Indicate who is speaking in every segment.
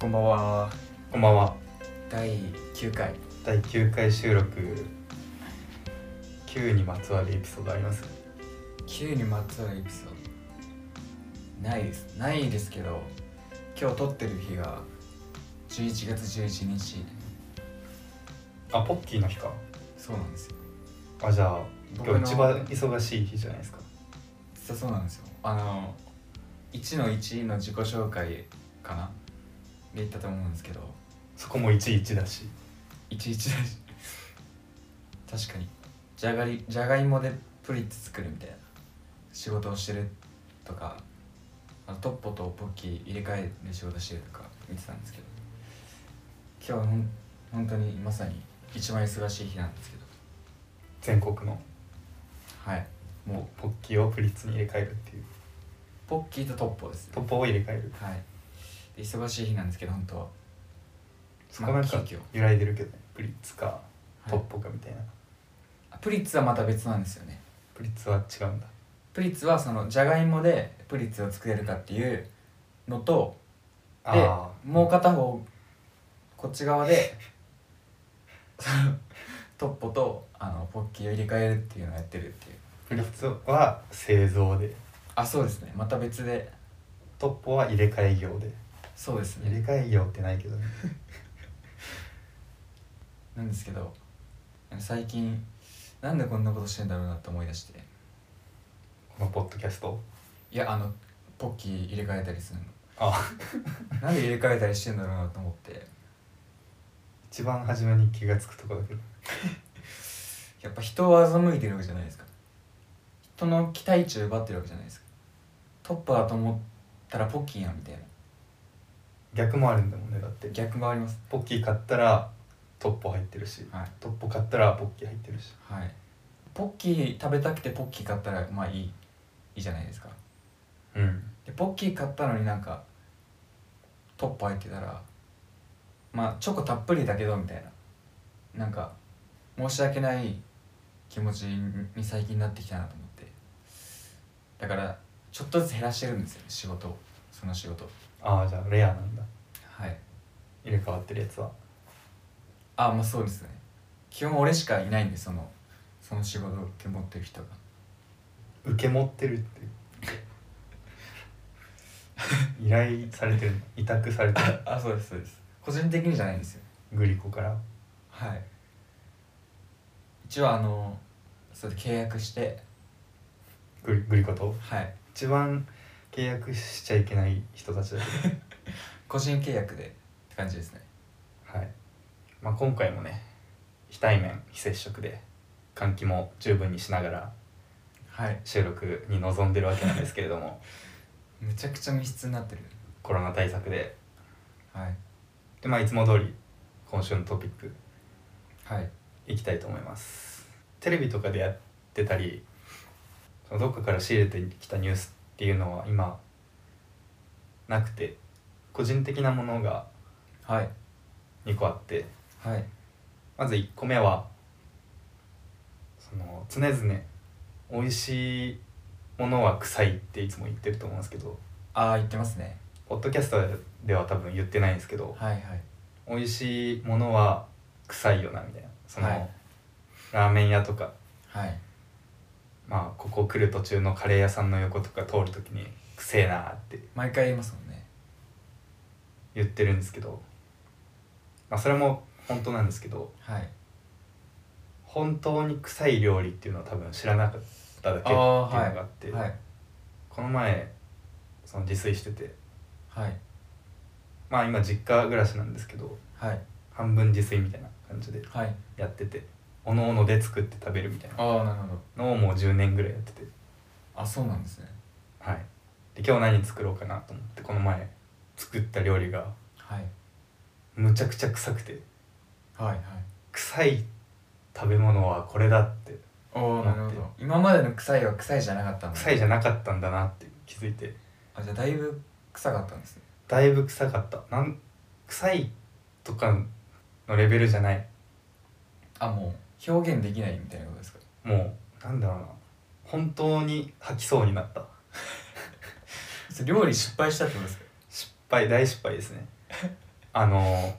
Speaker 1: こんばんは。
Speaker 2: こんばんは。
Speaker 1: 第9回。
Speaker 2: 第9回収録。9にまつわるエピソードあります
Speaker 1: 9にまつわるエピソード。ないです。ないですけど、今日撮ってる日が11月11日。
Speaker 2: あ、ポッキーの日か。
Speaker 1: そうなんですよ。
Speaker 2: あ、じゃあ、
Speaker 1: 僕
Speaker 2: 今
Speaker 1: の
Speaker 2: 日一番忙しい日じゃないですか。
Speaker 1: 実はそうなんですよ。あの、1の1の自己紹介かなで言ったと思うんですけど、
Speaker 2: そこも11だし。
Speaker 1: 11だし。確かに。じゃがり、じゃがいもでプリッツ作るみたいな。仕事をしてるとか、あのトッポとポッキー入れ替えで仕事してるとか見てたんですけど、今日はほん本当にまさに一番忙しい日なんですけど、
Speaker 2: 全国の
Speaker 1: はい。もう、
Speaker 2: ポッキーをプリッツに入れ替えるっていう。
Speaker 1: ポッキーとトッポです。
Speaker 2: トップを入れ替える。
Speaker 1: はい。で忙しい日なんですけど、本当は。
Speaker 2: そこなん
Speaker 1: ま
Speaker 2: か
Speaker 1: あ急遽
Speaker 2: 揺らいでるけどね。プリッツか、ト
Speaker 1: は
Speaker 2: ッ
Speaker 1: い
Speaker 2: ポかみたいな。
Speaker 1: プリッツはまた別なんですよね
Speaker 2: プリッツは違うんだ。
Speaker 1: プリッツはそのじゃがいもでプリッツを作れるかっていうのとで
Speaker 2: ああ、
Speaker 1: もう片方こっち側で そのトッポとあのポッキーを入れ替えるっていうのをやってるっていう
Speaker 2: プリッツは製造で、
Speaker 1: あそうですねまた別で
Speaker 2: トッポは入れ替え業で。
Speaker 1: そうです
Speaker 2: 入れ
Speaker 1: ね
Speaker 2: 替え業ってないけどね。
Speaker 1: なんですけど最近なんでこんなことしてんだろうなって思い出して
Speaker 2: このポッドキャスト。
Speaker 1: いやあのポッキー入れ替えたりする
Speaker 2: ああ。
Speaker 1: の なんで入れ替えたりしてんだろうなと思って
Speaker 2: 一番初めに気がつくとこだけど
Speaker 1: やっぱ人を欺いてるわけじゃないですか人の期待値を奪ってるわけじゃないですかトップだと思ったらポッキーやんみたいな
Speaker 2: 逆もあるんだもんねだって
Speaker 1: 逆もあります
Speaker 2: ポッキー買ったらトッポ入ってるし
Speaker 1: はい、
Speaker 2: トッポ買ったらポッキー入ってるし
Speaker 1: はい、ポッキー食べたくてポッキー買ったらまあいいいいじゃないですか
Speaker 2: うん
Speaker 1: でポッキー買ったのになんかトップ入ってたらまあチョコたっぷりだけどみたいななんか申し訳ない気持ちに最近なってきたなと思ってだからちょっとずつ減らしてるんですよね仕事をその仕事を
Speaker 2: ああじゃあレアなんだ
Speaker 1: はい
Speaker 2: 入れ替わってるやつは
Speaker 1: あまあそうですね基本俺しかいないんでそのその仕事を受け持ってる人が
Speaker 2: 受け持ってるって いう依頼されてるの委託されてる
Speaker 1: あそうですそうです個人的にじゃないんですよ
Speaker 2: グリコから
Speaker 1: はい一応あのそれで契約して
Speaker 2: グリグリコと
Speaker 1: はい
Speaker 2: 一番契約しちゃいけない人たちだけど
Speaker 1: 個人契約でって感じですね
Speaker 2: はいまあ今回もね非対面非接触で換気も十分にしながら
Speaker 1: はい
Speaker 2: 収録に臨んでるわけなんですけれども
Speaker 1: むちゃくちゃ密室になってる
Speaker 2: コロナ対策で
Speaker 1: はい
Speaker 2: で、まあ、いつも通り今週のトピック
Speaker 1: はい
Speaker 2: いきたいと思いますテレビとかでやってたりそのどっかから仕入れてきたニュースっていうのは今なくて個人的なものが
Speaker 1: はい
Speaker 2: 2個あって
Speaker 1: はい
Speaker 2: まず1個目はその常々美味しいものは臭いっていつも言ってると思うんですけど
Speaker 1: ああ言ってますね
Speaker 2: ポッドキャストでは多分言ってないんですけど
Speaker 1: はいはい
Speaker 2: 美味しいものは臭いよなみたいなその、
Speaker 1: はい
Speaker 2: ラーメン屋とか
Speaker 1: はい
Speaker 2: まあここ来る途中のカレー屋さんの横とか通る時に「くせえな」って
Speaker 1: 毎回言いますもんね
Speaker 2: 言ってるんですけど、まあ、それも本当なんですけど
Speaker 1: はい
Speaker 2: 本当に臭い料理っていうのは多分知らなかっただけっていう
Speaker 1: あ
Speaker 2: の
Speaker 1: ー
Speaker 2: があって
Speaker 1: はい
Speaker 2: この前その自炊してて
Speaker 1: はい
Speaker 2: まあ今実家暮らしなんですけど
Speaker 1: はい
Speaker 2: 半分自炊みたいな感じで
Speaker 1: はい
Speaker 2: やってておのおので作って食べるみたいな
Speaker 1: ああなるほど
Speaker 2: のをもう10年ぐらいやってて。
Speaker 1: あそうなんですね
Speaker 2: はい、で今日何作ろうかなと思ってこの前作った料理が
Speaker 1: はい
Speaker 2: むちゃくちゃ臭くて
Speaker 1: はいはい
Speaker 2: 臭い食べ物はこれだって
Speaker 1: おお
Speaker 2: な
Speaker 1: な
Speaker 2: って
Speaker 1: るほど今までの臭いは臭いじゃなかったんだ
Speaker 2: 臭いじゃなかったんだなって気づいて
Speaker 1: あじゃあだいぶ臭かったんですね
Speaker 2: だいぶ臭かったなん臭いとかのレベルじゃない
Speaker 1: あもう表現できないみたいなことですか
Speaker 2: もうなんだろうな本当に吐きそうになった
Speaker 1: それ料理失敗したってことですか
Speaker 2: 失敗大失敗ですねあの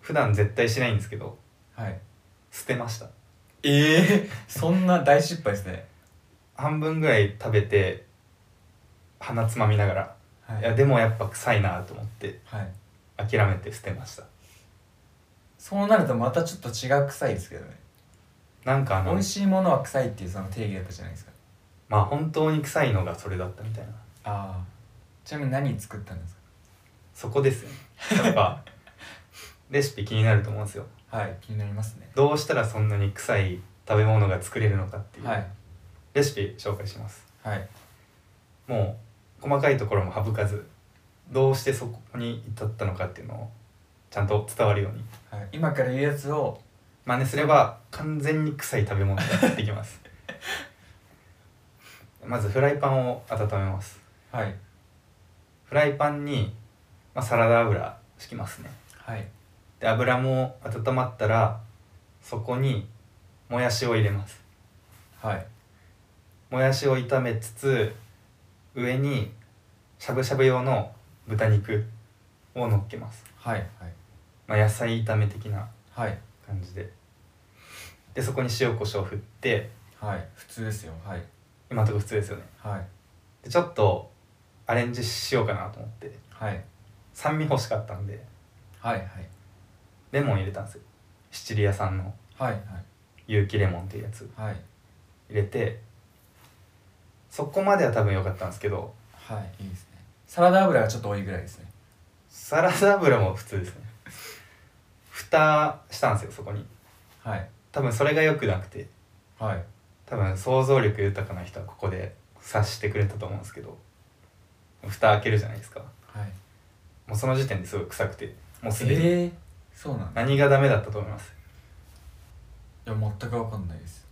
Speaker 2: 普段絶対しないんですけど
Speaker 1: はい
Speaker 2: 捨てました
Speaker 1: ええそんな大失敗ですね
Speaker 2: 半分ぐらい食べて鼻つまみながら
Speaker 1: はい
Speaker 2: いやでもやっぱ臭いなと思って
Speaker 1: はい
Speaker 2: 諦めて捨てました
Speaker 1: そうなるとまたちょっと違う臭いですけどね
Speaker 2: なんかあ
Speaker 1: 美
Speaker 2: の
Speaker 1: 味しいものは臭いっていうその定義だったじゃないですか
Speaker 2: まあ本当に臭いのがそれだったみたいな
Speaker 1: ああちなみに何作ったんです
Speaker 2: そこですよねや っぱレシピ気になると思うんですよ
Speaker 1: かはい気になりますね
Speaker 2: どうしたらそんなに臭い食べ物が作れるのかっていう、
Speaker 1: はい
Speaker 2: レシピ紹介します
Speaker 1: はい
Speaker 2: もう細かいところも省かずどうしてそこに至ったのかっていうのをちゃんと伝わるように
Speaker 1: はい今から言うやつを
Speaker 2: 真似すれば完全に臭い食べ物ができます まずフライパンを温めます
Speaker 1: はい
Speaker 2: フライパンに、まあ、サラダ油敷きますね
Speaker 1: はい
Speaker 2: で油も温まったらそこにもやしを入れます
Speaker 1: はい
Speaker 2: もやしを炒めつつ上にしゃぶしゃぶ用の豚肉を乗っけます、
Speaker 1: はいはい
Speaker 2: まあ、野菜炒め的な
Speaker 1: はい
Speaker 2: 感じででそこに塩コショウを振って
Speaker 1: はい普通ですよはい
Speaker 2: 今のところ普通ですよね
Speaker 1: はい
Speaker 2: でちょっとアレンジしようかなと思って
Speaker 1: はい
Speaker 2: 酸味欲しかったんで
Speaker 1: はいはい
Speaker 2: レモン入れたんですよシチリア産の
Speaker 1: はい
Speaker 2: 有機レモンっていうやつ
Speaker 1: はいはい
Speaker 2: 入れてそこまでは多分良かったんですけど
Speaker 1: はいいいですねサラダ油がちょっと多いぐらいですね
Speaker 2: サラダ油も普通ですね蓋したんですよそこに
Speaker 1: はい
Speaker 2: 多分それが良くなくて
Speaker 1: はい
Speaker 2: 多分想像力豊かな人はここで察してくれたと思うんですけど蓋開けるじゃないですか
Speaker 1: はい
Speaker 2: もうその時点ですごい臭くてもうすでに
Speaker 1: ええそうなんだい
Speaker 2: 何がダメだったと思います
Speaker 1: や全くわかんないです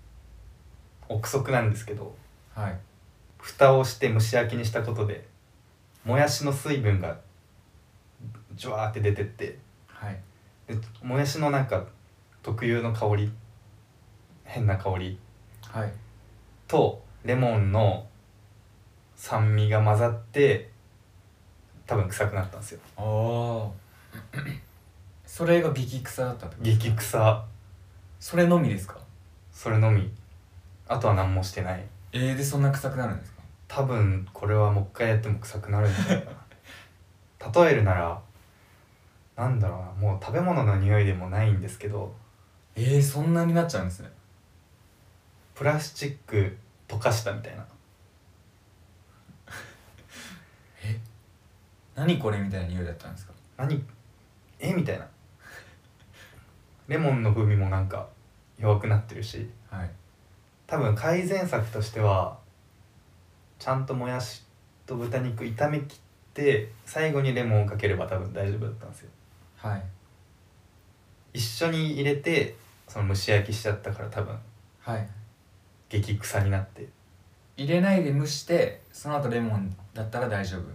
Speaker 2: 憶測なんですけど
Speaker 1: はい
Speaker 2: 蓋をして蒸し焼きにしたことでもやしの水分がジュワーって出てって
Speaker 1: はい
Speaker 2: でもやしのなんか特有の香り変な香り
Speaker 1: はい
Speaker 2: とレモンの酸味が混ざって多分臭くなったんですよ
Speaker 1: ああ それが激臭だったってことですか
Speaker 2: 激臭
Speaker 1: それのみですか
Speaker 2: それのみあとは何もしてない
Speaker 1: えー、でそんな臭くなるんですか
Speaker 2: 多分これはもう一回やっても臭くなるんじゃないかな例えるならなんだろうなもう食べ物の匂いでもないんですけど
Speaker 1: えー、そんなになっちゃうんですね
Speaker 2: プラスチック溶かしたみたいな
Speaker 1: 何これみたいな匂いだったんですか
Speaker 2: 何えみたいなレモンの風味もなんか弱くなってるし
Speaker 1: はい
Speaker 2: 多分改善策としてはちゃんともやしと豚肉炒めきって最後にレモンをかければ多分大丈夫だったんですよ
Speaker 1: はい
Speaker 2: 一緒に入れてその蒸し焼きしちゃったから多分
Speaker 1: はい
Speaker 2: 激臭になって
Speaker 1: 入れないで蒸してその後レモンだったら大丈夫だ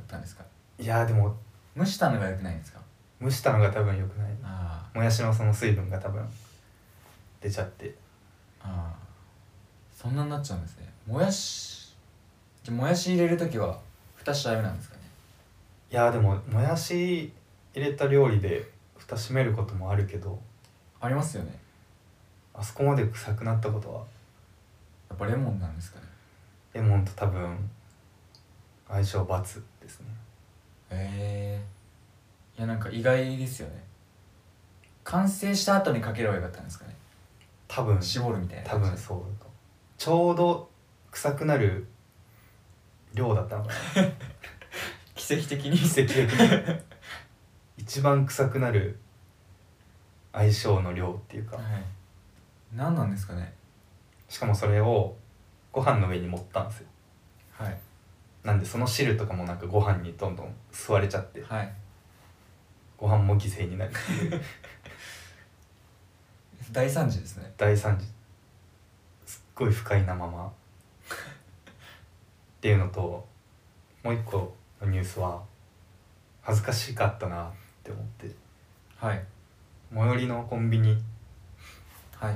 Speaker 1: ったんですか
Speaker 2: いやーでも
Speaker 1: 蒸したのが良くないんですか
Speaker 2: 蒸したのが多分良くない
Speaker 1: あ
Speaker 2: もやしのその水分が多分出ちゃって
Speaker 1: あああそんなになっちゃうんですねもやしじゃもやし入れる時は蓋しちゃダメなんですかね
Speaker 2: いやーでももやし入れた料理で蓋閉めることもあるけど
Speaker 1: ありますよね
Speaker 2: あそこまで臭くなったことは
Speaker 1: やっぱレモンなんですかね
Speaker 2: レモンと多分相性抜ですね
Speaker 1: へえいやなんか意外ですよね完成した後にかければよかったんですかね
Speaker 2: 多分
Speaker 1: 絞るみたいな
Speaker 2: 多
Speaker 1: 感じ
Speaker 2: 分そうだとちょうど臭くなる量だっ たのかな
Speaker 1: 奇跡的に
Speaker 2: 奇跡的に一番臭くなる相性の量っていうか
Speaker 1: はい何なんですかね
Speaker 2: しかもそれをご飯の上に盛ったんですよ
Speaker 1: はい
Speaker 2: なんでその汁とかもなんかご飯にどんどん吸われちゃって
Speaker 1: はい
Speaker 2: ご飯も犠牲になるっていう
Speaker 1: 大惨事ですね
Speaker 2: 大惨事すっごい不快なままっていうのともう一個のニュースは恥ずかしかったなって思って
Speaker 1: はい
Speaker 2: 最寄りのコンビニ
Speaker 1: はい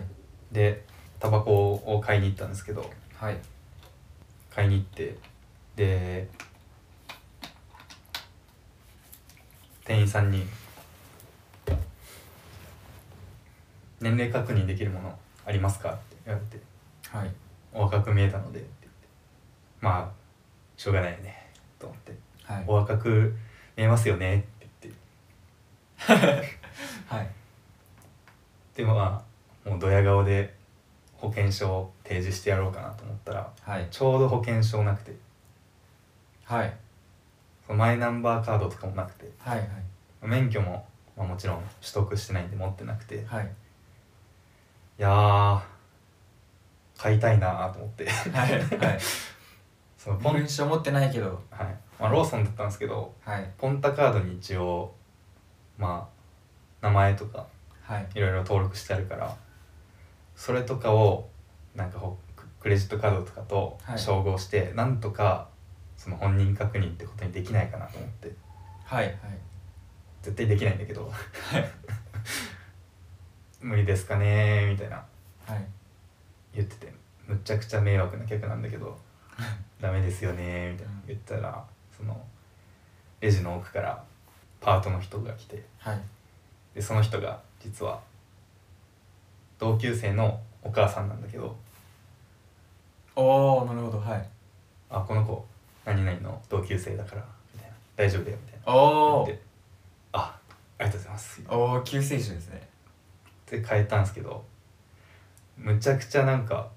Speaker 2: でタバコを買いに行ったんですけど
Speaker 1: はい
Speaker 2: 買いに行ってで店員さんに年齢確認できるものありますか?」って言われて
Speaker 1: はい
Speaker 2: 「お若く見えたので」って言ってまあしょうがないよねと思って
Speaker 1: は
Speaker 2: 「
Speaker 1: い
Speaker 2: お若く見えますよね」って言って
Speaker 1: はい
Speaker 2: でまあもうドヤ顔で保険証を提示してやろうかなと思ったら
Speaker 1: はい
Speaker 2: ちょうど保険証なくて
Speaker 1: はい
Speaker 2: そのマイナンバーカードとかもなくて
Speaker 1: はいはい
Speaker 2: 免許も、まあ、もちろん取得してないんで持ってなくてい
Speaker 1: はい
Speaker 2: やー買いたいなーと思って
Speaker 1: はいはい
Speaker 2: そのポン、は
Speaker 1: 本
Speaker 2: い
Speaker 1: 証持ってないけど
Speaker 2: まあ、ローソンだったんですけど
Speaker 1: はい
Speaker 2: ポンタカードに一応まあ名前とか
Speaker 1: はい
Speaker 2: いろいろ登録してあるからそれとかをなんかほククレジットカードとかと
Speaker 1: はい
Speaker 2: 照合して、なんとかその本人確認ってことにできないかなと思って
Speaker 1: はいはい
Speaker 2: 絶対できないんだけど 無理ですかねーみたいな
Speaker 1: はい
Speaker 2: 言っててむっちゃくちゃ迷惑な客なんだけどダメですよねーみたいな言ったらそのレジの奥からパートの人が来て
Speaker 1: はい
Speaker 2: でその人が実は同級生のお母さんなんだけど
Speaker 1: おおなるほどはい
Speaker 2: 「あこの子何々の同級生だから」みたいな「大丈夫だよ」みたいな
Speaker 1: お
Speaker 2: 言って「あありがとうございます」
Speaker 1: おおお救世主ですね
Speaker 2: って変えたんですけどむちゃくちゃなんか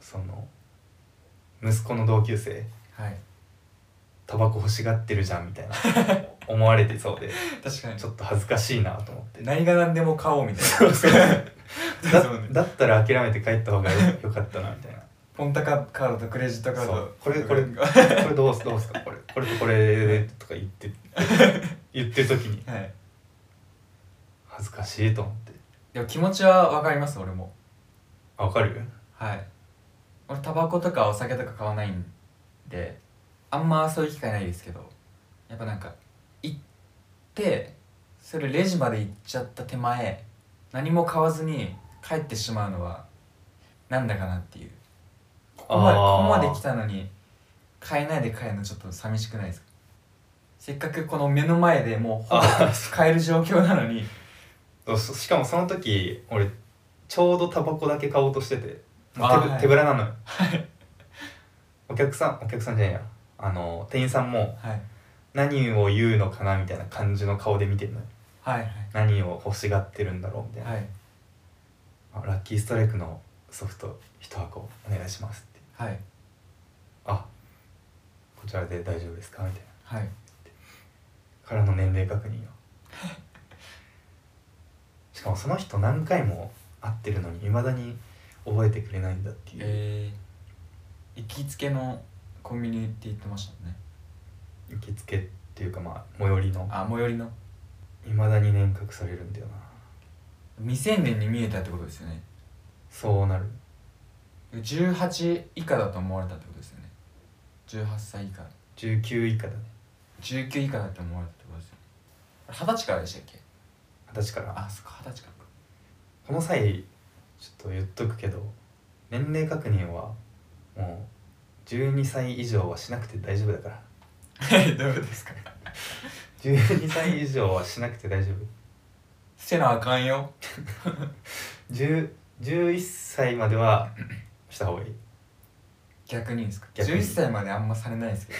Speaker 2: その息子の同級生
Speaker 1: はい
Speaker 2: タバコ欲しがってるじゃん みたいな思われてそうで
Speaker 1: 確かに
Speaker 2: ちょっと恥ずかしいなと思って
Speaker 1: 何が何でも買おうみたいな
Speaker 2: そうそうだ
Speaker 1: そうね
Speaker 2: だったら諦めて帰った方がよよかったなみたいな
Speaker 1: ポンタカカードとクレジットカー
Speaker 2: そ
Speaker 1: ド
Speaker 2: うこれこれこ
Speaker 1: は
Speaker 2: れどうすどうすかこれこれとこれとか言 って言ってる時に
Speaker 1: い
Speaker 2: 恥ずかしいと思って
Speaker 1: でも気持ちはわかります俺も
Speaker 2: あわかる
Speaker 1: はい俺タバコとかお酒とか買わないんであんまそういう機会ないですけどやっぱなんか行ってそれレジまで行っちゃった手前何も買わずに帰ってしまうのはなんだかなっていうここまでこ
Speaker 2: あー
Speaker 1: こまで来たのに買えないで帰るのちょっと寂しくないですかせっかくこの目の前でもうほぼ
Speaker 2: あ
Speaker 1: 買える状況なのに
Speaker 2: そうそしかもその時俺ちょうどタバコだけ買おうとしててもう
Speaker 1: あ
Speaker 2: 手ぶ
Speaker 1: はい
Speaker 2: 手ぶらなのよお客さんお客さんじゃないやあの店員さんも
Speaker 1: はい
Speaker 2: 何を言うのかなみたいな感じの顔で見てるのよ
Speaker 1: はい
Speaker 2: 何を欲しがってるんだろうみたいな、
Speaker 1: はいはい
Speaker 2: あラッキーストライクのソフト一箱お願いしますって
Speaker 1: はい
Speaker 2: あこちらで大丈夫ですかみたいな
Speaker 1: はい
Speaker 2: からの年齢確認よしかもその人何回も会ってるのにいまだに覚えてくれないんだっていう、
Speaker 1: えー、行きつけのコンビニって言ってましたね
Speaker 2: 行きつけっていうかまあ最寄りの
Speaker 1: あ最寄りの
Speaker 2: いまだに年覚されるんだよな
Speaker 1: 未成年に見えたってことですよね
Speaker 2: そうなる
Speaker 1: 18以下だと思われたってことですよね18歳以下
Speaker 2: 19以下だね
Speaker 1: 19以下だと思われたってことですよね二十歳からでしたっけ
Speaker 2: 二十歳から
Speaker 1: あそっか二十歳からか
Speaker 2: この際ちょっと言っとくけど年齢確認はもう12歳以上はしなくて大丈夫だから
Speaker 1: はい どうですか
Speaker 2: 12歳以上はしなくて大丈夫
Speaker 1: せなあかんよ
Speaker 2: 10 11歳まではした方がいい
Speaker 1: 逆にですか
Speaker 2: 逆に
Speaker 1: 11歳まであんまされないですけ
Speaker 2: っ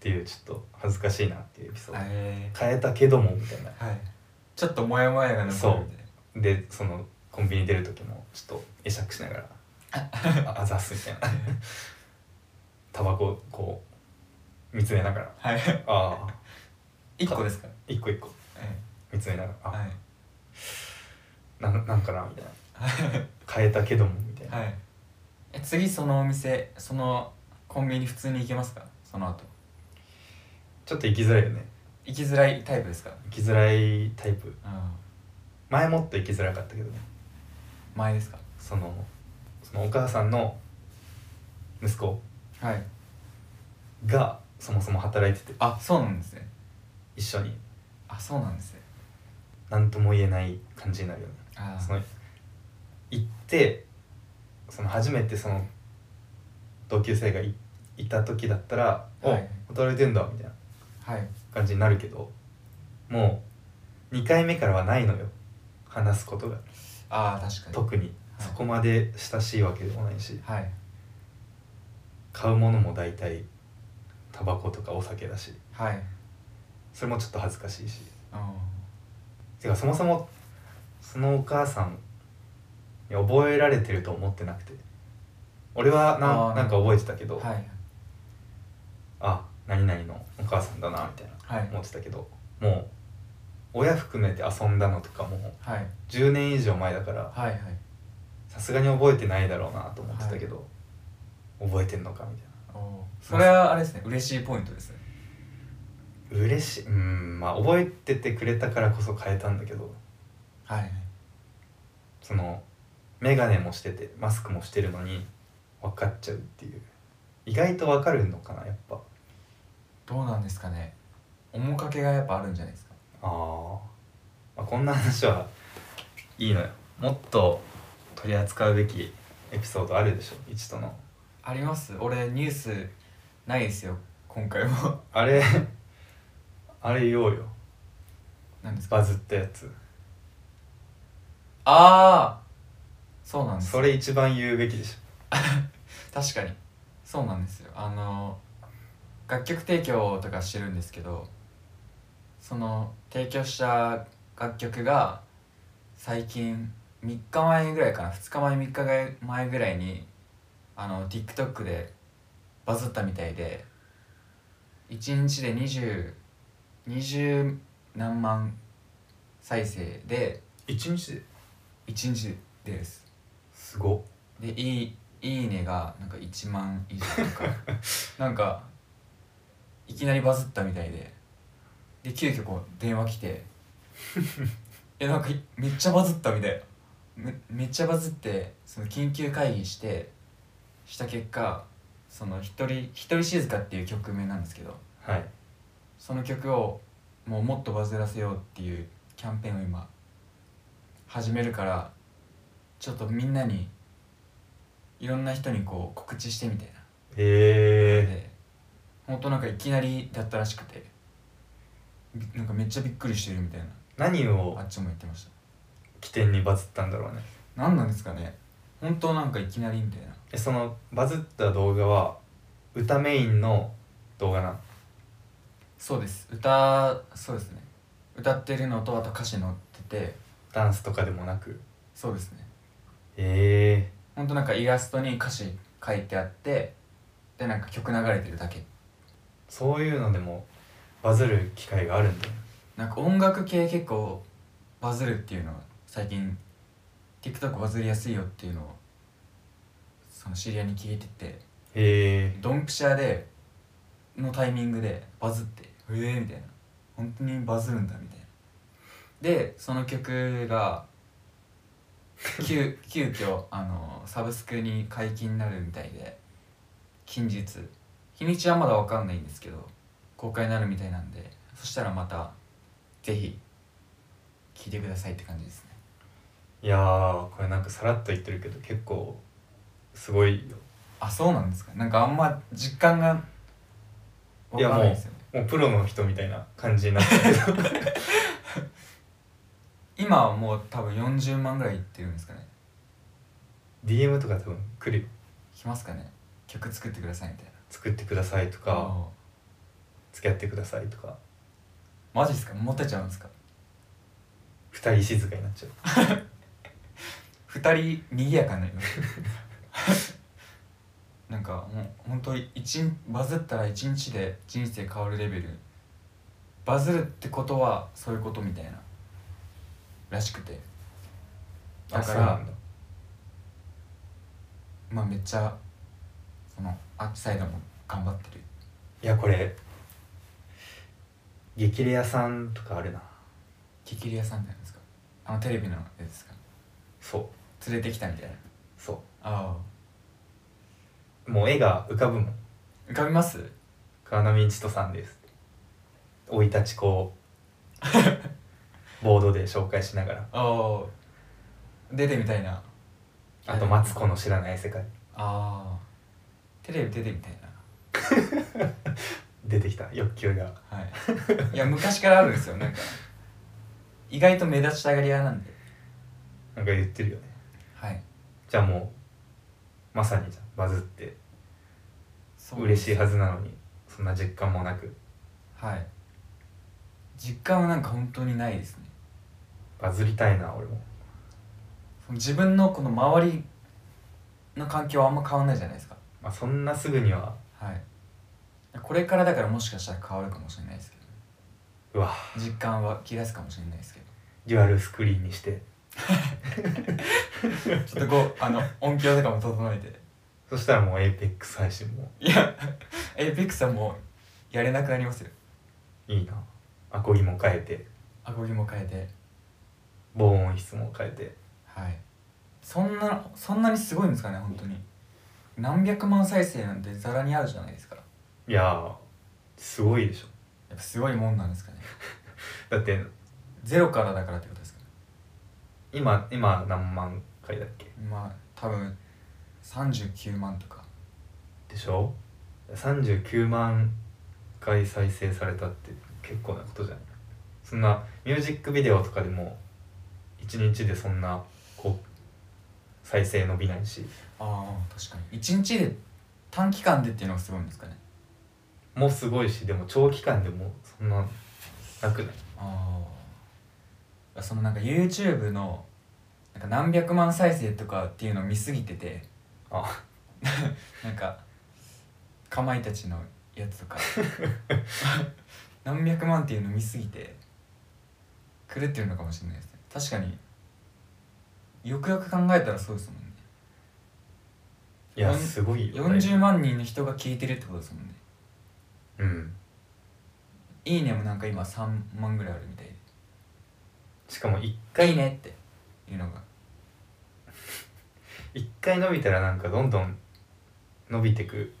Speaker 2: ていうちょっと恥ずかしいなっていうエピソ
Speaker 1: ど
Speaker 2: ード
Speaker 1: え
Speaker 2: 変えたけどもみたいな
Speaker 1: ー、はいちょっとモヤモヤが残るみたいな
Speaker 2: でそのコンビニ出る時もちょっと会釈し ながらああざっすみたいなタバコをこう見つめながら
Speaker 1: はい
Speaker 2: ああ
Speaker 1: 1個ですか
Speaker 2: 一個一個
Speaker 1: え
Speaker 2: 見つめながら
Speaker 1: え
Speaker 2: あ、
Speaker 1: はい
Speaker 2: なんなんかなみたいな変えたけどもみたいな、
Speaker 1: はいえ次そのお店そのコンビニ普通に行けますかその後
Speaker 2: ちょっと行きづらいよね
Speaker 1: 行きづらいタイプですか
Speaker 2: 行きづらいタイプ
Speaker 1: うん
Speaker 2: 前もっと行きづらかったけどね
Speaker 1: 前ですか
Speaker 2: そのそのお母さんの息子
Speaker 1: はい
Speaker 2: がそもそも働いてて
Speaker 1: あそうなんですね
Speaker 2: 一緒に
Speaker 1: あそうなんですね
Speaker 2: 何とも言えない感じになるよね
Speaker 1: あ
Speaker 2: その行ってその初めてその同級生がいいた時だったら「
Speaker 1: はい
Speaker 2: お働いてんだ」みたいな
Speaker 1: はい
Speaker 2: 感じになるけどもう2回目からはないのよ話すことが
Speaker 1: ああ確かに
Speaker 2: 特に
Speaker 1: はい
Speaker 2: そこまで親しいわけでもないし
Speaker 1: はい
Speaker 2: 買うものも大体タバコとかお酒だし
Speaker 1: はい
Speaker 2: それもちょっと恥ずかしいし
Speaker 1: う
Speaker 2: てかそもそもそのお母さんに覚えられてると思ってなくて俺は
Speaker 1: あ
Speaker 2: な
Speaker 1: ー
Speaker 2: なんか覚えてたけど、
Speaker 1: んはい
Speaker 2: あ何々のお母さんだなみたいな
Speaker 1: はい
Speaker 2: 思ってたけどもう親含めて遊んだのとかも
Speaker 1: はい
Speaker 2: 10年以上前だから
Speaker 1: はいはい
Speaker 2: さすがに覚えてないだろうなと思ってたけど、覚えてんのかみたいな
Speaker 1: おーそれはあれですね嬉しいポイントですね
Speaker 2: 嬉しいうんまあ覚えててくれたからこそ変えたんだけど
Speaker 1: はいはい
Speaker 2: その眼鏡もしててマスクもしてるのに分かっちゃうっていう意外と分かるのかなやっぱ
Speaker 1: どうなんですかね面影がやっぱあるんじゃないですか
Speaker 2: あー、まあこんな話はいいのよもっと取り扱うべきエピソードあるでしょ一との
Speaker 1: あります俺ニュースないですよ今回も
Speaker 2: あれあれ言おうよ
Speaker 1: 何ですか
Speaker 2: バズったやつ
Speaker 1: ああそうなんです
Speaker 2: それ一番言うべきでし
Speaker 1: 確かにそうなんですよあの楽曲提供とかしてるんですけどその提供した楽曲が最近3日前ぐらいかな2日前3日前ぐらいにあの TikTok でバズったみたいで1日で2020 20何万再生で
Speaker 2: ょ一日で
Speaker 1: 1日です
Speaker 2: すごっ
Speaker 1: で「いいいいね」がなんか1万以上とかなんかいきなりバズったみたいでで急遽こう電話来て「えなんかいめっちゃバズった」みたいなめめっちゃバズってその緊急会議してした結果その一人「一人静か」っていう曲名なんですけど
Speaker 2: はい
Speaker 1: その曲をもうもっとバズらせようっていうキャンペーンを今始めるからちょっとみんなにいろんな人にこう告知してみたいな
Speaker 2: え
Speaker 1: で本当なんかいきなりだったらしくてびなんかめっちゃびっくりしてるみたいな
Speaker 2: ー、何を
Speaker 1: あっちも言ってました
Speaker 2: 起点にバズったんだろうね
Speaker 1: 何なんですかね本当なんかいきなりみたいな
Speaker 2: えそのバズった動画は歌メインの動画なん
Speaker 1: そうです歌そうですね歌ってるのとあと歌詞載ってて
Speaker 2: ダンスとかでもなく
Speaker 1: そうですね
Speaker 2: え
Speaker 1: ほんとなんかイラストに歌詞書いてあってでなんか曲流れてるだけ
Speaker 2: ー、そういうのでもバズる機会があるんだよ
Speaker 1: なんか音楽系結構バズるっていうのは最近 TikTok バズりやすいよっていうのをその知り合いに聞いてて
Speaker 2: え
Speaker 1: ドンピシャでのタイミングでバズって「ええー」みたいな本当にバズるんだみたいなでその曲が 急急遽あのサブスクに解禁になるみたいで近日日にちはまだ分かんないんですけど公開になるみたいなんでそしたらまたぜひ聴いてくださいって感じですね
Speaker 2: ー、いやーこれなんかさらっと言ってるけど結構すごいよ
Speaker 1: あそうなんですかなんかあんま実感が分かんないですよね
Speaker 2: もうプロの人みたいな感じになってる けど
Speaker 1: 今はもう多分40万ぐらいいってるんですかね
Speaker 2: DM とか多分来るよ
Speaker 1: 来ますかね曲作ってくださいみたいな
Speaker 2: 作ってくださいとか
Speaker 1: あ
Speaker 2: 付き合ってくださいとか
Speaker 1: マジですかモテちゃうんですか
Speaker 2: 二人静かになっちゃう
Speaker 1: 二人賑やかになります なんかもう本当に一日バズったら一日で人生変わるレベルバズるってことはそういうことみたいならしくてだ
Speaker 2: あ
Speaker 1: か
Speaker 2: そうな
Speaker 1: ら
Speaker 2: んだ
Speaker 1: まあめっちゃそのアッチサイドも頑張ってる
Speaker 2: いやこれ激レアさんとかあるな
Speaker 1: 激レアさんじゃないですかあのテレビのやつですか
Speaker 2: そう
Speaker 1: 連れてきたみたいな
Speaker 2: そ
Speaker 1: あ
Speaker 2: うもう絵が浮かぶもん
Speaker 1: あ浮かびます
Speaker 2: 川波一人さんです生い立ちこ うボードで紹介しながら
Speaker 1: ああ出てみたいな
Speaker 2: あとマツコの知らない世界
Speaker 1: ああテレビ出てみたいな
Speaker 2: 出てきた欲求が
Speaker 1: はい いや昔からあるんですよなんか意外と目立ちたがり屋なんで
Speaker 2: なんか言ってるよね
Speaker 1: はい
Speaker 2: じゃあもうまさにじゃあバズって
Speaker 1: そう
Speaker 2: 嬉しいはずなのにそんな実感もなく
Speaker 1: はい実感はなんか本当にないですね
Speaker 2: バズりたいな俺も
Speaker 1: その自分のこの周りの環境はあんま変わんないじゃないですか
Speaker 2: まあそんなすぐには
Speaker 1: はいこれからだからもしかしたら変わるかもしれないですけど
Speaker 2: うわ
Speaker 1: 実感は切らすかもしれないですけ ど
Speaker 2: デュアルスクリーンにして
Speaker 1: ちょっとこうあの音響とかも整えて
Speaker 2: そしたらもう APEX 配信も
Speaker 1: いや APEX はもうやれなくなりますよ
Speaker 2: いいなアコギも変えて
Speaker 1: アコギも変えて
Speaker 2: 防音室も変えて
Speaker 1: はいそんなそんなにすごいんですかね本当に何百万再生なんてざらにあるじゃないですかや
Speaker 2: いやーすごいでしょ
Speaker 1: っぱすごいもんなんですかね
Speaker 2: だって
Speaker 1: ゼロからだからってことですかね
Speaker 2: 今今何万回だっけ
Speaker 1: まあ多分39万とか
Speaker 2: でしょ39万回再生されたって結構なことじゃないそんなミュージックビデオとかでも1日でそんなこう再生伸びないし
Speaker 1: ああ確かに1日で短期間でっていうのがすごいんですかね
Speaker 2: もうすごいしでも長期間でもそんななくない
Speaker 1: ああそのなんか YouTube のなんか何百万再生とかっていうのを見すぎてて
Speaker 2: あ
Speaker 1: なんかかまいたちのやつと か何百万っていうの見すぎて狂ってるのかもしれないですね確かによくよく考えたらそうですもんね
Speaker 2: いや
Speaker 1: よん
Speaker 2: すごいよ
Speaker 1: 40万人の人が聞いてるってことですもんね
Speaker 2: うん
Speaker 1: 「いいね」もなんか今3万ぐらいあるみたいで
Speaker 2: しかも1
Speaker 1: 「がいいね」っていうのが
Speaker 2: 一回伸びたらなんかどんどん伸びてく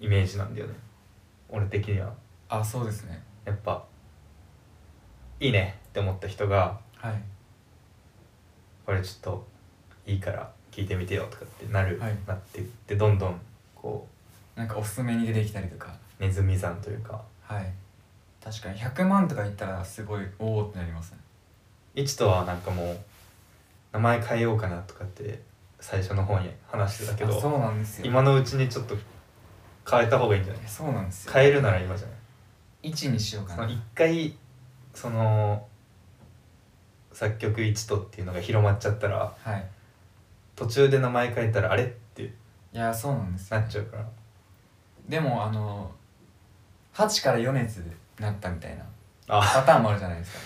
Speaker 2: イメージなんだよね俺的には
Speaker 1: あそうですね
Speaker 2: やっぱいいねって思った人が
Speaker 1: はい
Speaker 2: これちょっといいから聞いてみてよとかってなる、
Speaker 1: はい
Speaker 2: なってってどんどんこ
Speaker 1: なんかおすすめに出てきたりとか
Speaker 2: うネズミ算というか
Speaker 1: はい確かに100万とか言ったらすごいおおってなりますね
Speaker 2: 一とはなんかもう名前変えようかなとかって最初の方に話してたけ
Speaker 1: あそ
Speaker 2: ど
Speaker 1: うなんですよ
Speaker 2: 今のうちにちょっと変えた方がいいんじゃない
Speaker 1: えそうなんですよ
Speaker 2: 変えるなら今じゃない
Speaker 1: 1にしようか
Speaker 2: その
Speaker 1: な
Speaker 2: 一回その作曲一とっていうのが広まっちゃったら
Speaker 1: はい
Speaker 2: 途中で名前変えたらあれって
Speaker 1: いやそうなんです
Speaker 2: な
Speaker 1: よ
Speaker 2: っちゃうから
Speaker 1: でもあの8から余熱になったみたいな
Speaker 2: あ
Speaker 1: パターンもあるじゃないですか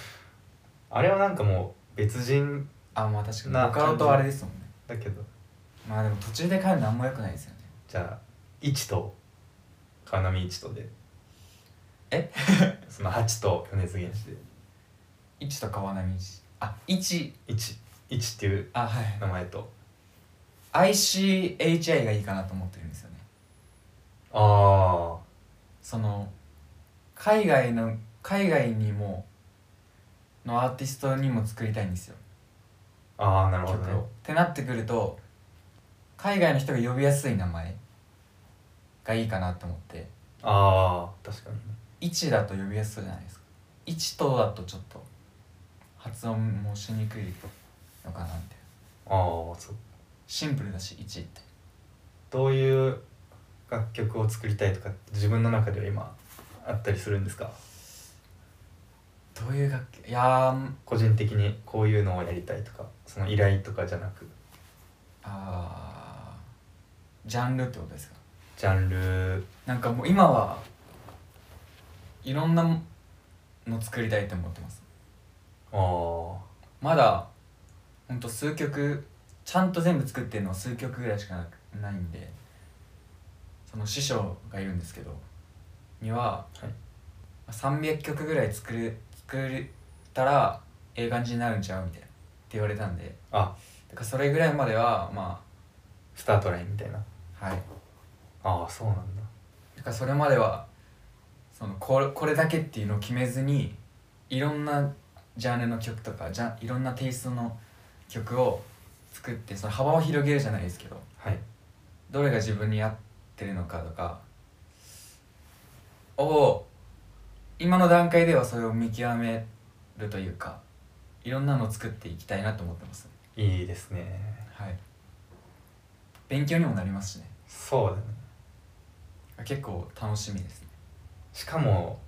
Speaker 2: あれはなんかもう別人
Speaker 1: あまあ確かに
Speaker 2: な
Speaker 1: ボカロとあれですもんね
Speaker 2: だけど
Speaker 1: まあでも途中で変えるのあんまよくないですよね
Speaker 2: じゃあ一と川波一とで
Speaker 1: え
Speaker 2: その八と米津玄師で
Speaker 1: 1と川波一あ1
Speaker 2: 一一っていう
Speaker 1: あはい
Speaker 2: 名前と
Speaker 1: ICHI がいいかなと思ってるんですよね
Speaker 2: あ
Speaker 1: その海外の海外にものアーティストにも作りたいんですよ
Speaker 2: あああなるほ
Speaker 1: 曲
Speaker 2: どね
Speaker 1: をってなってくると海外の人が呼びやすい名前がいいかなと思って
Speaker 2: ああ確かにね
Speaker 1: 1だと呼びやすそうじゃないですか1とだとちょっと発音もしにくいのかなみたいな
Speaker 2: ああそう
Speaker 1: シンプルだし1って
Speaker 2: どういう楽曲を作りたいとかって自分の中では今あったりするんですか
Speaker 1: どういう楽器いやー
Speaker 2: 個人的にこういうのをやりたいとかその依頼とかじゃなく
Speaker 1: あージャンルってことですか
Speaker 2: ジャンル
Speaker 1: なんかもう今はいろんなの作りたいと思ってます
Speaker 2: ああ
Speaker 1: まだほんと数曲ちゃんと全部作ってるのは数曲ぐらいしかなくないんでその師匠がいるんですけどには、
Speaker 2: はい
Speaker 1: 300曲ぐらい作る作ったらええ感じになるんちゃうみたいなって言われたんで
Speaker 2: あ
Speaker 1: だからそれぐらいまではま
Speaker 2: スタートラインみたいな
Speaker 1: あはい
Speaker 2: ああそうなんだ
Speaker 1: だからそれまではそのこれこれだけっていうのを決めずにいろんなジャンルの曲とかじゃいろんなテイストの曲を作ってその幅を広げるじゃないですけど
Speaker 2: はい
Speaker 1: どれが自分に合ってるのかとかを今の段階ではそれを見極めるというかいろんなのを作っていきたいなと思ってます
Speaker 2: いいいですね
Speaker 1: はい勉強にもなりますしね
Speaker 2: そうだね
Speaker 1: 結構楽しみですね
Speaker 2: しかも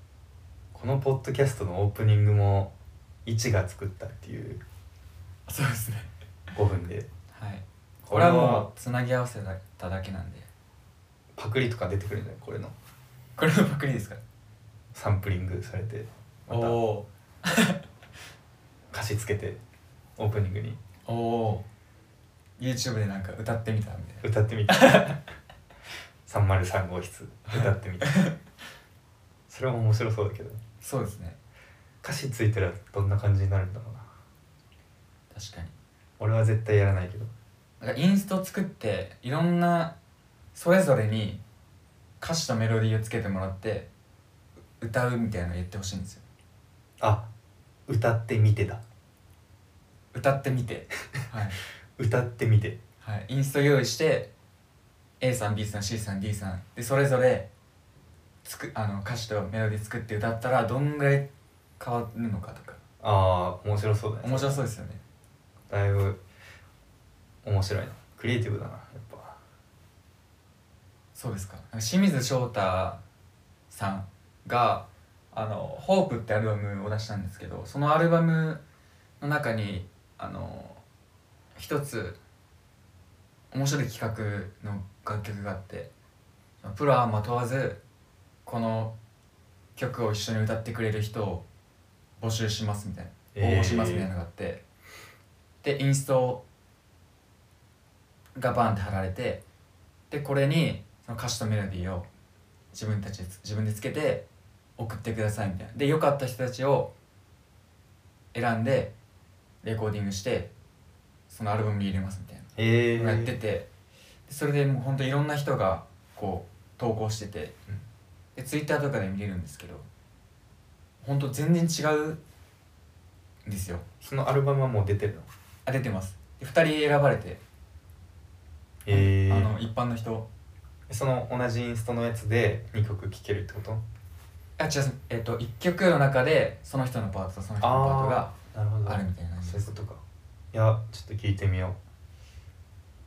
Speaker 2: このポッドキャストのオープニングもいちが作ったっていう
Speaker 1: そうですね
Speaker 2: 5分で
Speaker 1: はい
Speaker 2: こ
Speaker 1: こ
Speaker 2: れ
Speaker 1: れ
Speaker 2: は
Speaker 1: は
Speaker 2: も
Speaker 1: もうつなぎ合わせただけなんで
Speaker 2: うパクリとか出てくるんじゃないこれの
Speaker 1: これのパクリですから
Speaker 2: サンプリングされてまた
Speaker 1: お
Speaker 2: 歌詞つけてオープニングに
Speaker 1: ーおー YouTube でなんか歌ってみたみたいな
Speaker 2: 歌ってみた303号室歌ってみたそれも面白そうだけど
Speaker 1: そうですね
Speaker 2: 歌詞ついてらどんな感じになるんだろうな
Speaker 1: 確かに
Speaker 2: 俺は絶対やらないけど
Speaker 1: なんかインスト作っていろんなそれぞれに歌詞とメロディーをつけてもらって歌うみたいなのを言ってほしいんですよ
Speaker 2: あ歌ってみてだ
Speaker 1: 歌ってみ てはい、
Speaker 2: 歌ってみて
Speaker 1: はい、インスト用意して A さん B さん C さん D さんでそれぞれつくあの歌詞とメロディー作って歌ったらどんぐらい変わるのかとか
Speaker 2: ああ面白そうだね
Speaker 1: 面白そうですよね
Speaker 2: だいぶ面白いなクリエイティブだなやっぱ
Speaker 1: そうですかなんか清水翔太さんが「あのホープってアルバムを出したんですけどそのアルバムの中にあの一つ面白い企画の楽曲があってプロはま問わずこの曲を一緒に歌ってくれる人を募集しますみたいな応募しますみたいなのがあって、でインストがバンって貼られてでこれにその歌詞とメロディーを自分たちでつ自分でつけて送ってくださいみたいなで良かった人たちを選んでレコーディングしてそのアルバムに入れますみたいな
Speaker 2: えー、
Speaker 1: やっててでそれでもうほんといろんな人がこう投稿してて、
Speaker 2: うん
Speaker 1: でツイッターとかで見れるんですけどほんと全然違うんですよ
Speaker 2: そのアルバムはもう出てるの
Speaker 1: あ出てますで2人選ばれて、
Speaker 2: えー、
Speaker 1: あの一般の人
Speaker 2: その同じインストのやつで2曲聴けるってこと
Speaker 1: あ違う、えっと1曲の中でその人のパートとその人のパートが
Speaker 2: なるほ
Speaker 1: あるみたいな感じで
Speaker 2: そういう
Speaker 1: す
Speaker 2: ことかいやちょっと聞いてみよ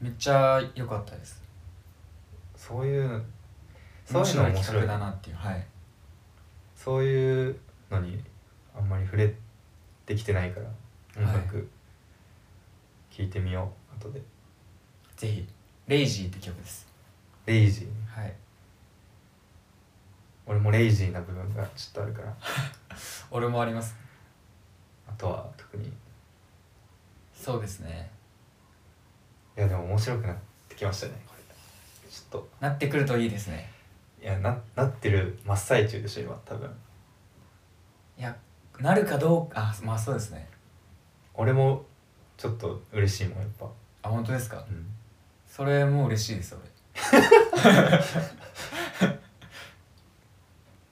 Speaker 2: う
Speaker 1: めっちゃ良かったです
Speaker 2: そういうそう
Speaker 1: 面
Speaker 2: い
Speaker 1: 白い
Speaker 2: うの面白
Speaker 1: 企
Speaker 2: い
Speaker 1: 画だなっていうはい
Speaker 2: そういうのにあんまり触れてきてないから音楽、聞いてみよう後で
Speaker 1: ぜひ「レイジー」って曲です
Speaker 2: レイジー
Speaker 1: はい
Speaker 2: 俺もレイジーな部分がちょっとあるから
Speaker 1: 俺もあります
Speaker 2: あとは特にい
Speaker 1: そうですね
Speaker 2: やでも面白くなってきましたねこれちょっ
Speaker 1: なってくるといいですね
Speaker 2: といやななってる真っ最中でしょ今多分
Speaker 1: いやなるかどうかあまあそうですね
Speaker 2: 俺もちょっと嬉しいもんやっぱ、
Speaker 1: あ本当ですか
Speaker 2: うん、
Speaker 1: それもう嬉しいです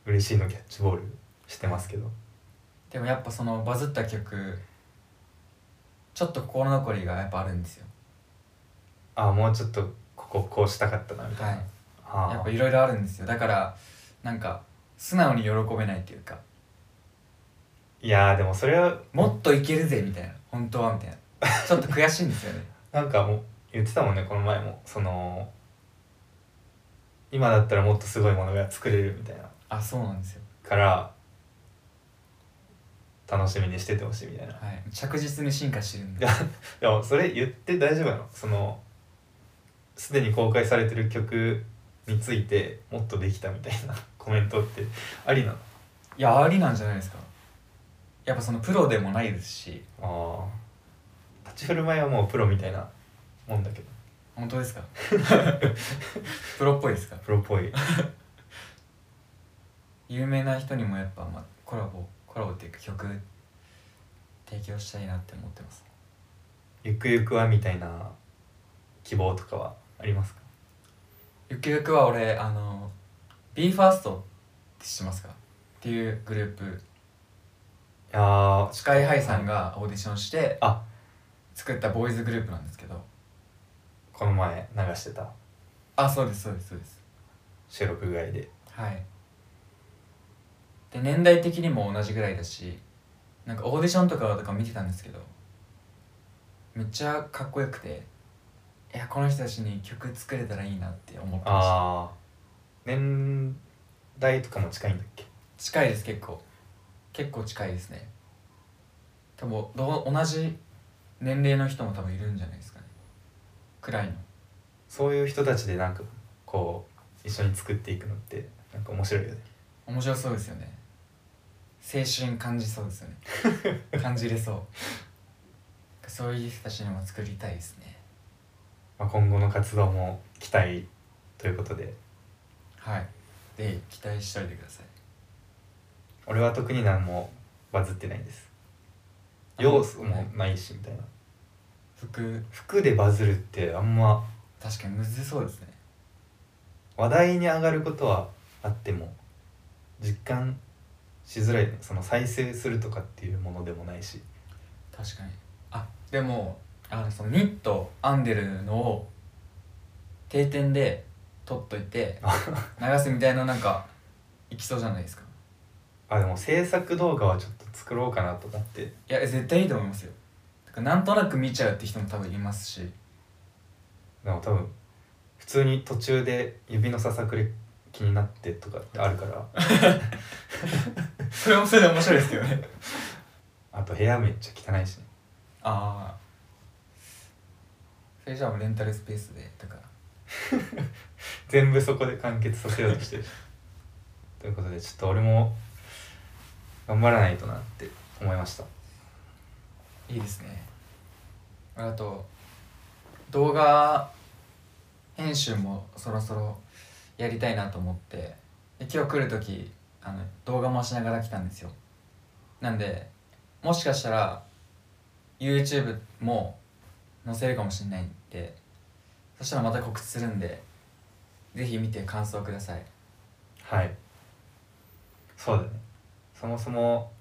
Speaker 2: 嬉しいのキャッチボールしてますけど
Speaker 1: 俺でもやっぱそのバズった曲ちょっと心残りがやっぱあるんですよ
Speaker 2: あもうちょっとこここうしたかったなみたいな、
Speaker 1: はい
Speaker 2: あー
Speaker 1: やっぱいろいろあるんですよだからなんか素直に喜べないっていうか
Speaker 2: いやーでもそれは
Speaker 1: もっといけるぜみたいな本当はみたいなちょっと悔しいんです よね
Speaker 2: なんかもう言ってたもんねこの前もその今だったらもっとすごいものが作れるみたいな
Speaker 1: あそうなんですよ
Speaker 2: から楽しみにしててほしいみたいな
Speaker 1: はい着実に進化してるんで
Speaker 2: いやでもそれ言って大丈夫なのそのすでに公開されてる曲についてもっとできたみたいな コメントってありなの
Speaker 1: いやありなんじゃないですかやっぱそのプロでもないですし
Speaker 2: ああ立ち振る舞いはもうプロみたいなもんだけど
Speaker 1: 本当ですか プロっぽいですか
Speaker 2: プロっぽい
Speaker 1: 有名な人にもやっぱ、まあ、コラボコラボっていうか曲提供したいなって思ってます
Speaker 2: ゆくゆくはみたいな希望とかはありますか
Speaker 1: ゆくゆくは俺あの BE:FIRST って知ってますかっていうグループ
Speaker 2: いやー
Speaker 1: スカイハイさんがオーディションして
Speaker 2: あ
Speaker 1: 作ったボーイズグループなんですけど
Speaker 2: この前流してた
Speaker 1: あそうですそうですそうです
Speaker 2: 収録外で
Speaker 1: はいで年代的にも同じぐらいだしなんかオーディションとかとか見てたんですけどめっちゃかっこよくていやこの人たちに曲作れたらいいなって思ってました
Speaker 2: ああ年代とかも近いんだっけ
Speaker 1: 近いです結構結構近いですね多分どう同じ年齢の人も多分いるんじゃないですかねくらいの
Speaker 2: そういう人たちでなんかこう一緒に作っていくのってなんか面白いよね
Speaker 1: 面白そうですよね青春感じそうですよね感じれそうそういう人たちにも作りたいですね
Speaker 2: まあ、今後の活動も期待ということで
Speaker 1: はいで期待しといてください
Speaker 2: 俺は特に何もバズってないんです要素もないしみたいな
Speaker 1: 服
Speaker 2: 服でバズるってあんま
Speaker 1: 確かにむずそうですね
Speaker 2: 話題に上がることはあっても実感しづらいその再生するとかっていうものでもないし
Speaker 1: 確かにあでもあのそのニット編んでるのを定点で取っといて流すみたいななんかいきそうじゃないですか
Speaker 2: あでも制作動画はちょっと作ろうかなと思って
Speaker 1: いや絶対いいと思いますよだからなんとなく見ちゃうって人も多分いますし
Speaker 2: でも多分普通に途中で指のささくれ気になってとかってあるから
Speaker 1: それもそれで面白いですよね
Speaker 2: あと部屋めっちゃ汚いしね
Speaker 1: ああそれじゃあもうレンタルスペースでだから
Speaker 2: 全部そこで完結させようと してるということでちょっと俺も頑張らないとなって思いました
Speaker 1: いいですねあと動画編集もそろそろやりたいなと思ってで今日来る時あの動画回しながら来たんですよなんでもしかしたら YouTube も載せるかもしれないんでそしたらまた告知するんでぜひ見て感想ください
Speaker 2: はいそうだねそもそも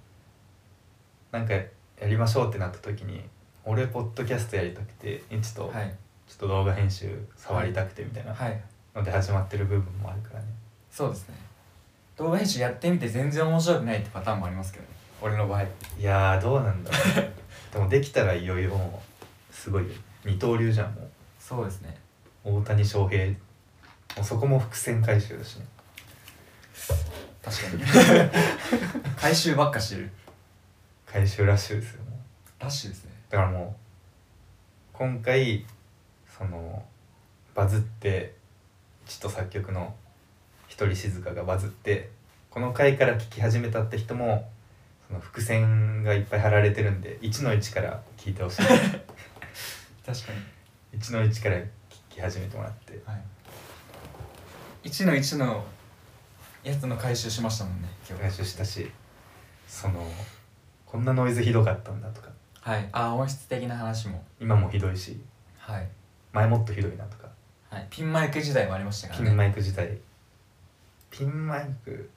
Speaker 2: なんかやりましょうってなった時に俺ポッドキャストやりたくてエチとちょ
Speaker 1: はい
Speaker 2: っと動画編集触りたくてみたいな
Speaker 1: はい
Speaker 2: ので始まってる部分もあるからね
Speaker 1: そうですね動画編集やってみて全然面白くないってパターンもありますけどね俺の場合
Speaker 2: いやーどうなんだろうでもできたらいよいよもうすごいよね二刀流じゃんもう
Speaker 1: そうですね
Speaker 2: 大谷翔平もうそこも伏線回収だしね
Speaker 1: 確かに 回収ばっかしてる
Speaker 2: 回収ラッシュですよも
Speaker 1: らしいですね
Speaker 2: うだからもう今回そのバズってちと作曲の「一人静か」がバズってこの回から聴き始めたって人もその伏線がいっぱい貼られてるんで1の1から聞いてほしい
Speaker 1: 確かに、
Speaker 2: 1の1から聞き始めてもらって
Speaker 1: はい、1の1のやつの回収しましたもんね今
Speaker 2: 回
Speaker 1: 日
Speaker 2: 収したしそのこんなノイズひどかったんだとか
Speaker 1: はいあー音質的な話も
Speaker 2: 今もひどいし
Speaker 1: はい、
Speaker 2: 前もっとひどいなとか
Speaker 1: はい、ピンマイク時代もありましたから
Speaker 2: ピ
Speaker 1: ね
Speaker 2: ンマイク自体ピンマイク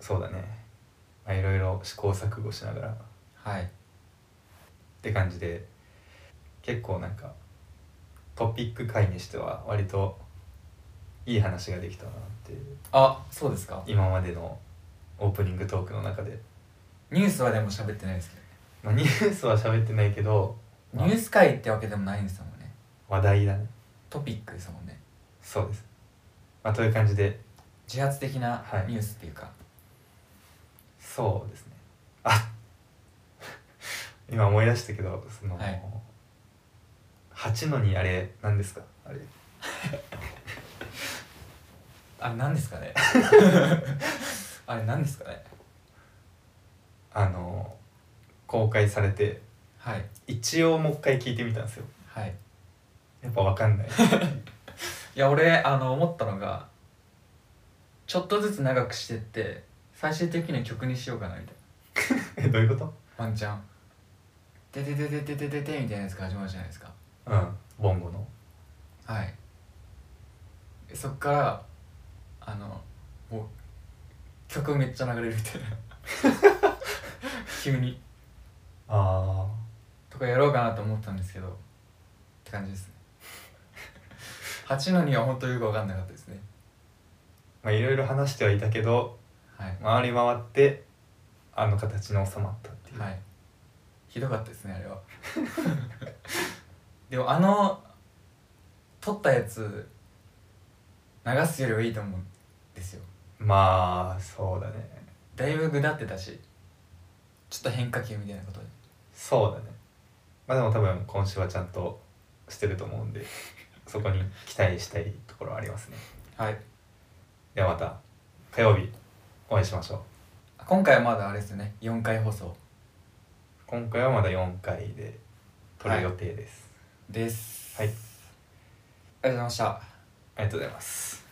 Speaker 2: そうだねまあいろいろ試行錯誤しながらっ
Speaker 1: はい
Speaker 2: て感じで結構なんかトピック回にしては割といい話ができたなっていう
Speaker 1: あそうですか
Speaker 2: 今までのオープニングトークの中で、
Speaker 1: ニュースはでも喋ってないですけ
Speaker 2: まあ、ニュースは喋ってないけど、
Speaker 1: ど
Speaker 2: まあ
Speaker 1: ニュース会ってわけでもないんですもんね
Speaker 2: 話題だね
Speaker 1: トピックですもんね
Speaker 2: そうです、まあ、という感じで
Speaker 1: 自発的な
Speaker 2: はい
Speaker 1: ニュースっていうか、
Speaker 2: そうですねあ 今思い出したけどその、
Speaker 1: はい
Speaker 2: 八のにあれ何ですかあれ
Speaker 1: あれ何ですかねあれ何ですかね
Speaker 2: あの公開されて
Speaker 1: はい
Speaker 2: 一応もう一回聞いてみたんですよ
Speaker 1: はい
Speaker 2: やっぱ分かんない
Speaker 1: いや俺あの思ったのがちょっとずつ長くしてって最終的には曲にしようかなみたい
Speaker 2: えどういうこと
Speaker 1: なワンチャン「てててててててて」みたいなやつが始まるじゃないですか
Speaker 2: うんボンゴの
Speaker 1: はいそっからあのもう曲めっちゃ流れるみたいな急に
Speaker 2: あ
Speaker 1: とかやろうかなと思ったんですけどって感じですね8のには本当よく分かんなかったですね
Speaker 2: ーまあいろいろ話してはいたけど
Speaker 1: はい
Speaker 2: 回り回ってあの形に収まったっていう、
Speaker 1: はい。ひどかったですねあれは でもあの撮ったやつ流すよりはいいと思うんですよ
Speaker 2: まあそうだね
Speaker 1: だいぶぐだってたしちょっと変化球みたいなことで
Speaker 2: そうだねまあでも多分今週はちゃんとしてると思うんでそこに期待したいところはありますね
Speaker 1: はい
Speaker 2: ではまた火曜日お会いしましょう
Speaker 1: 今回はまだあれですよね4回放送
Speaker 2: 今回はまだ4回で撮る予定です、
Speaker 1: です
Speaker 2: はい
Speaker 1: ありがとうございました
Speaker 2: ありがとうございます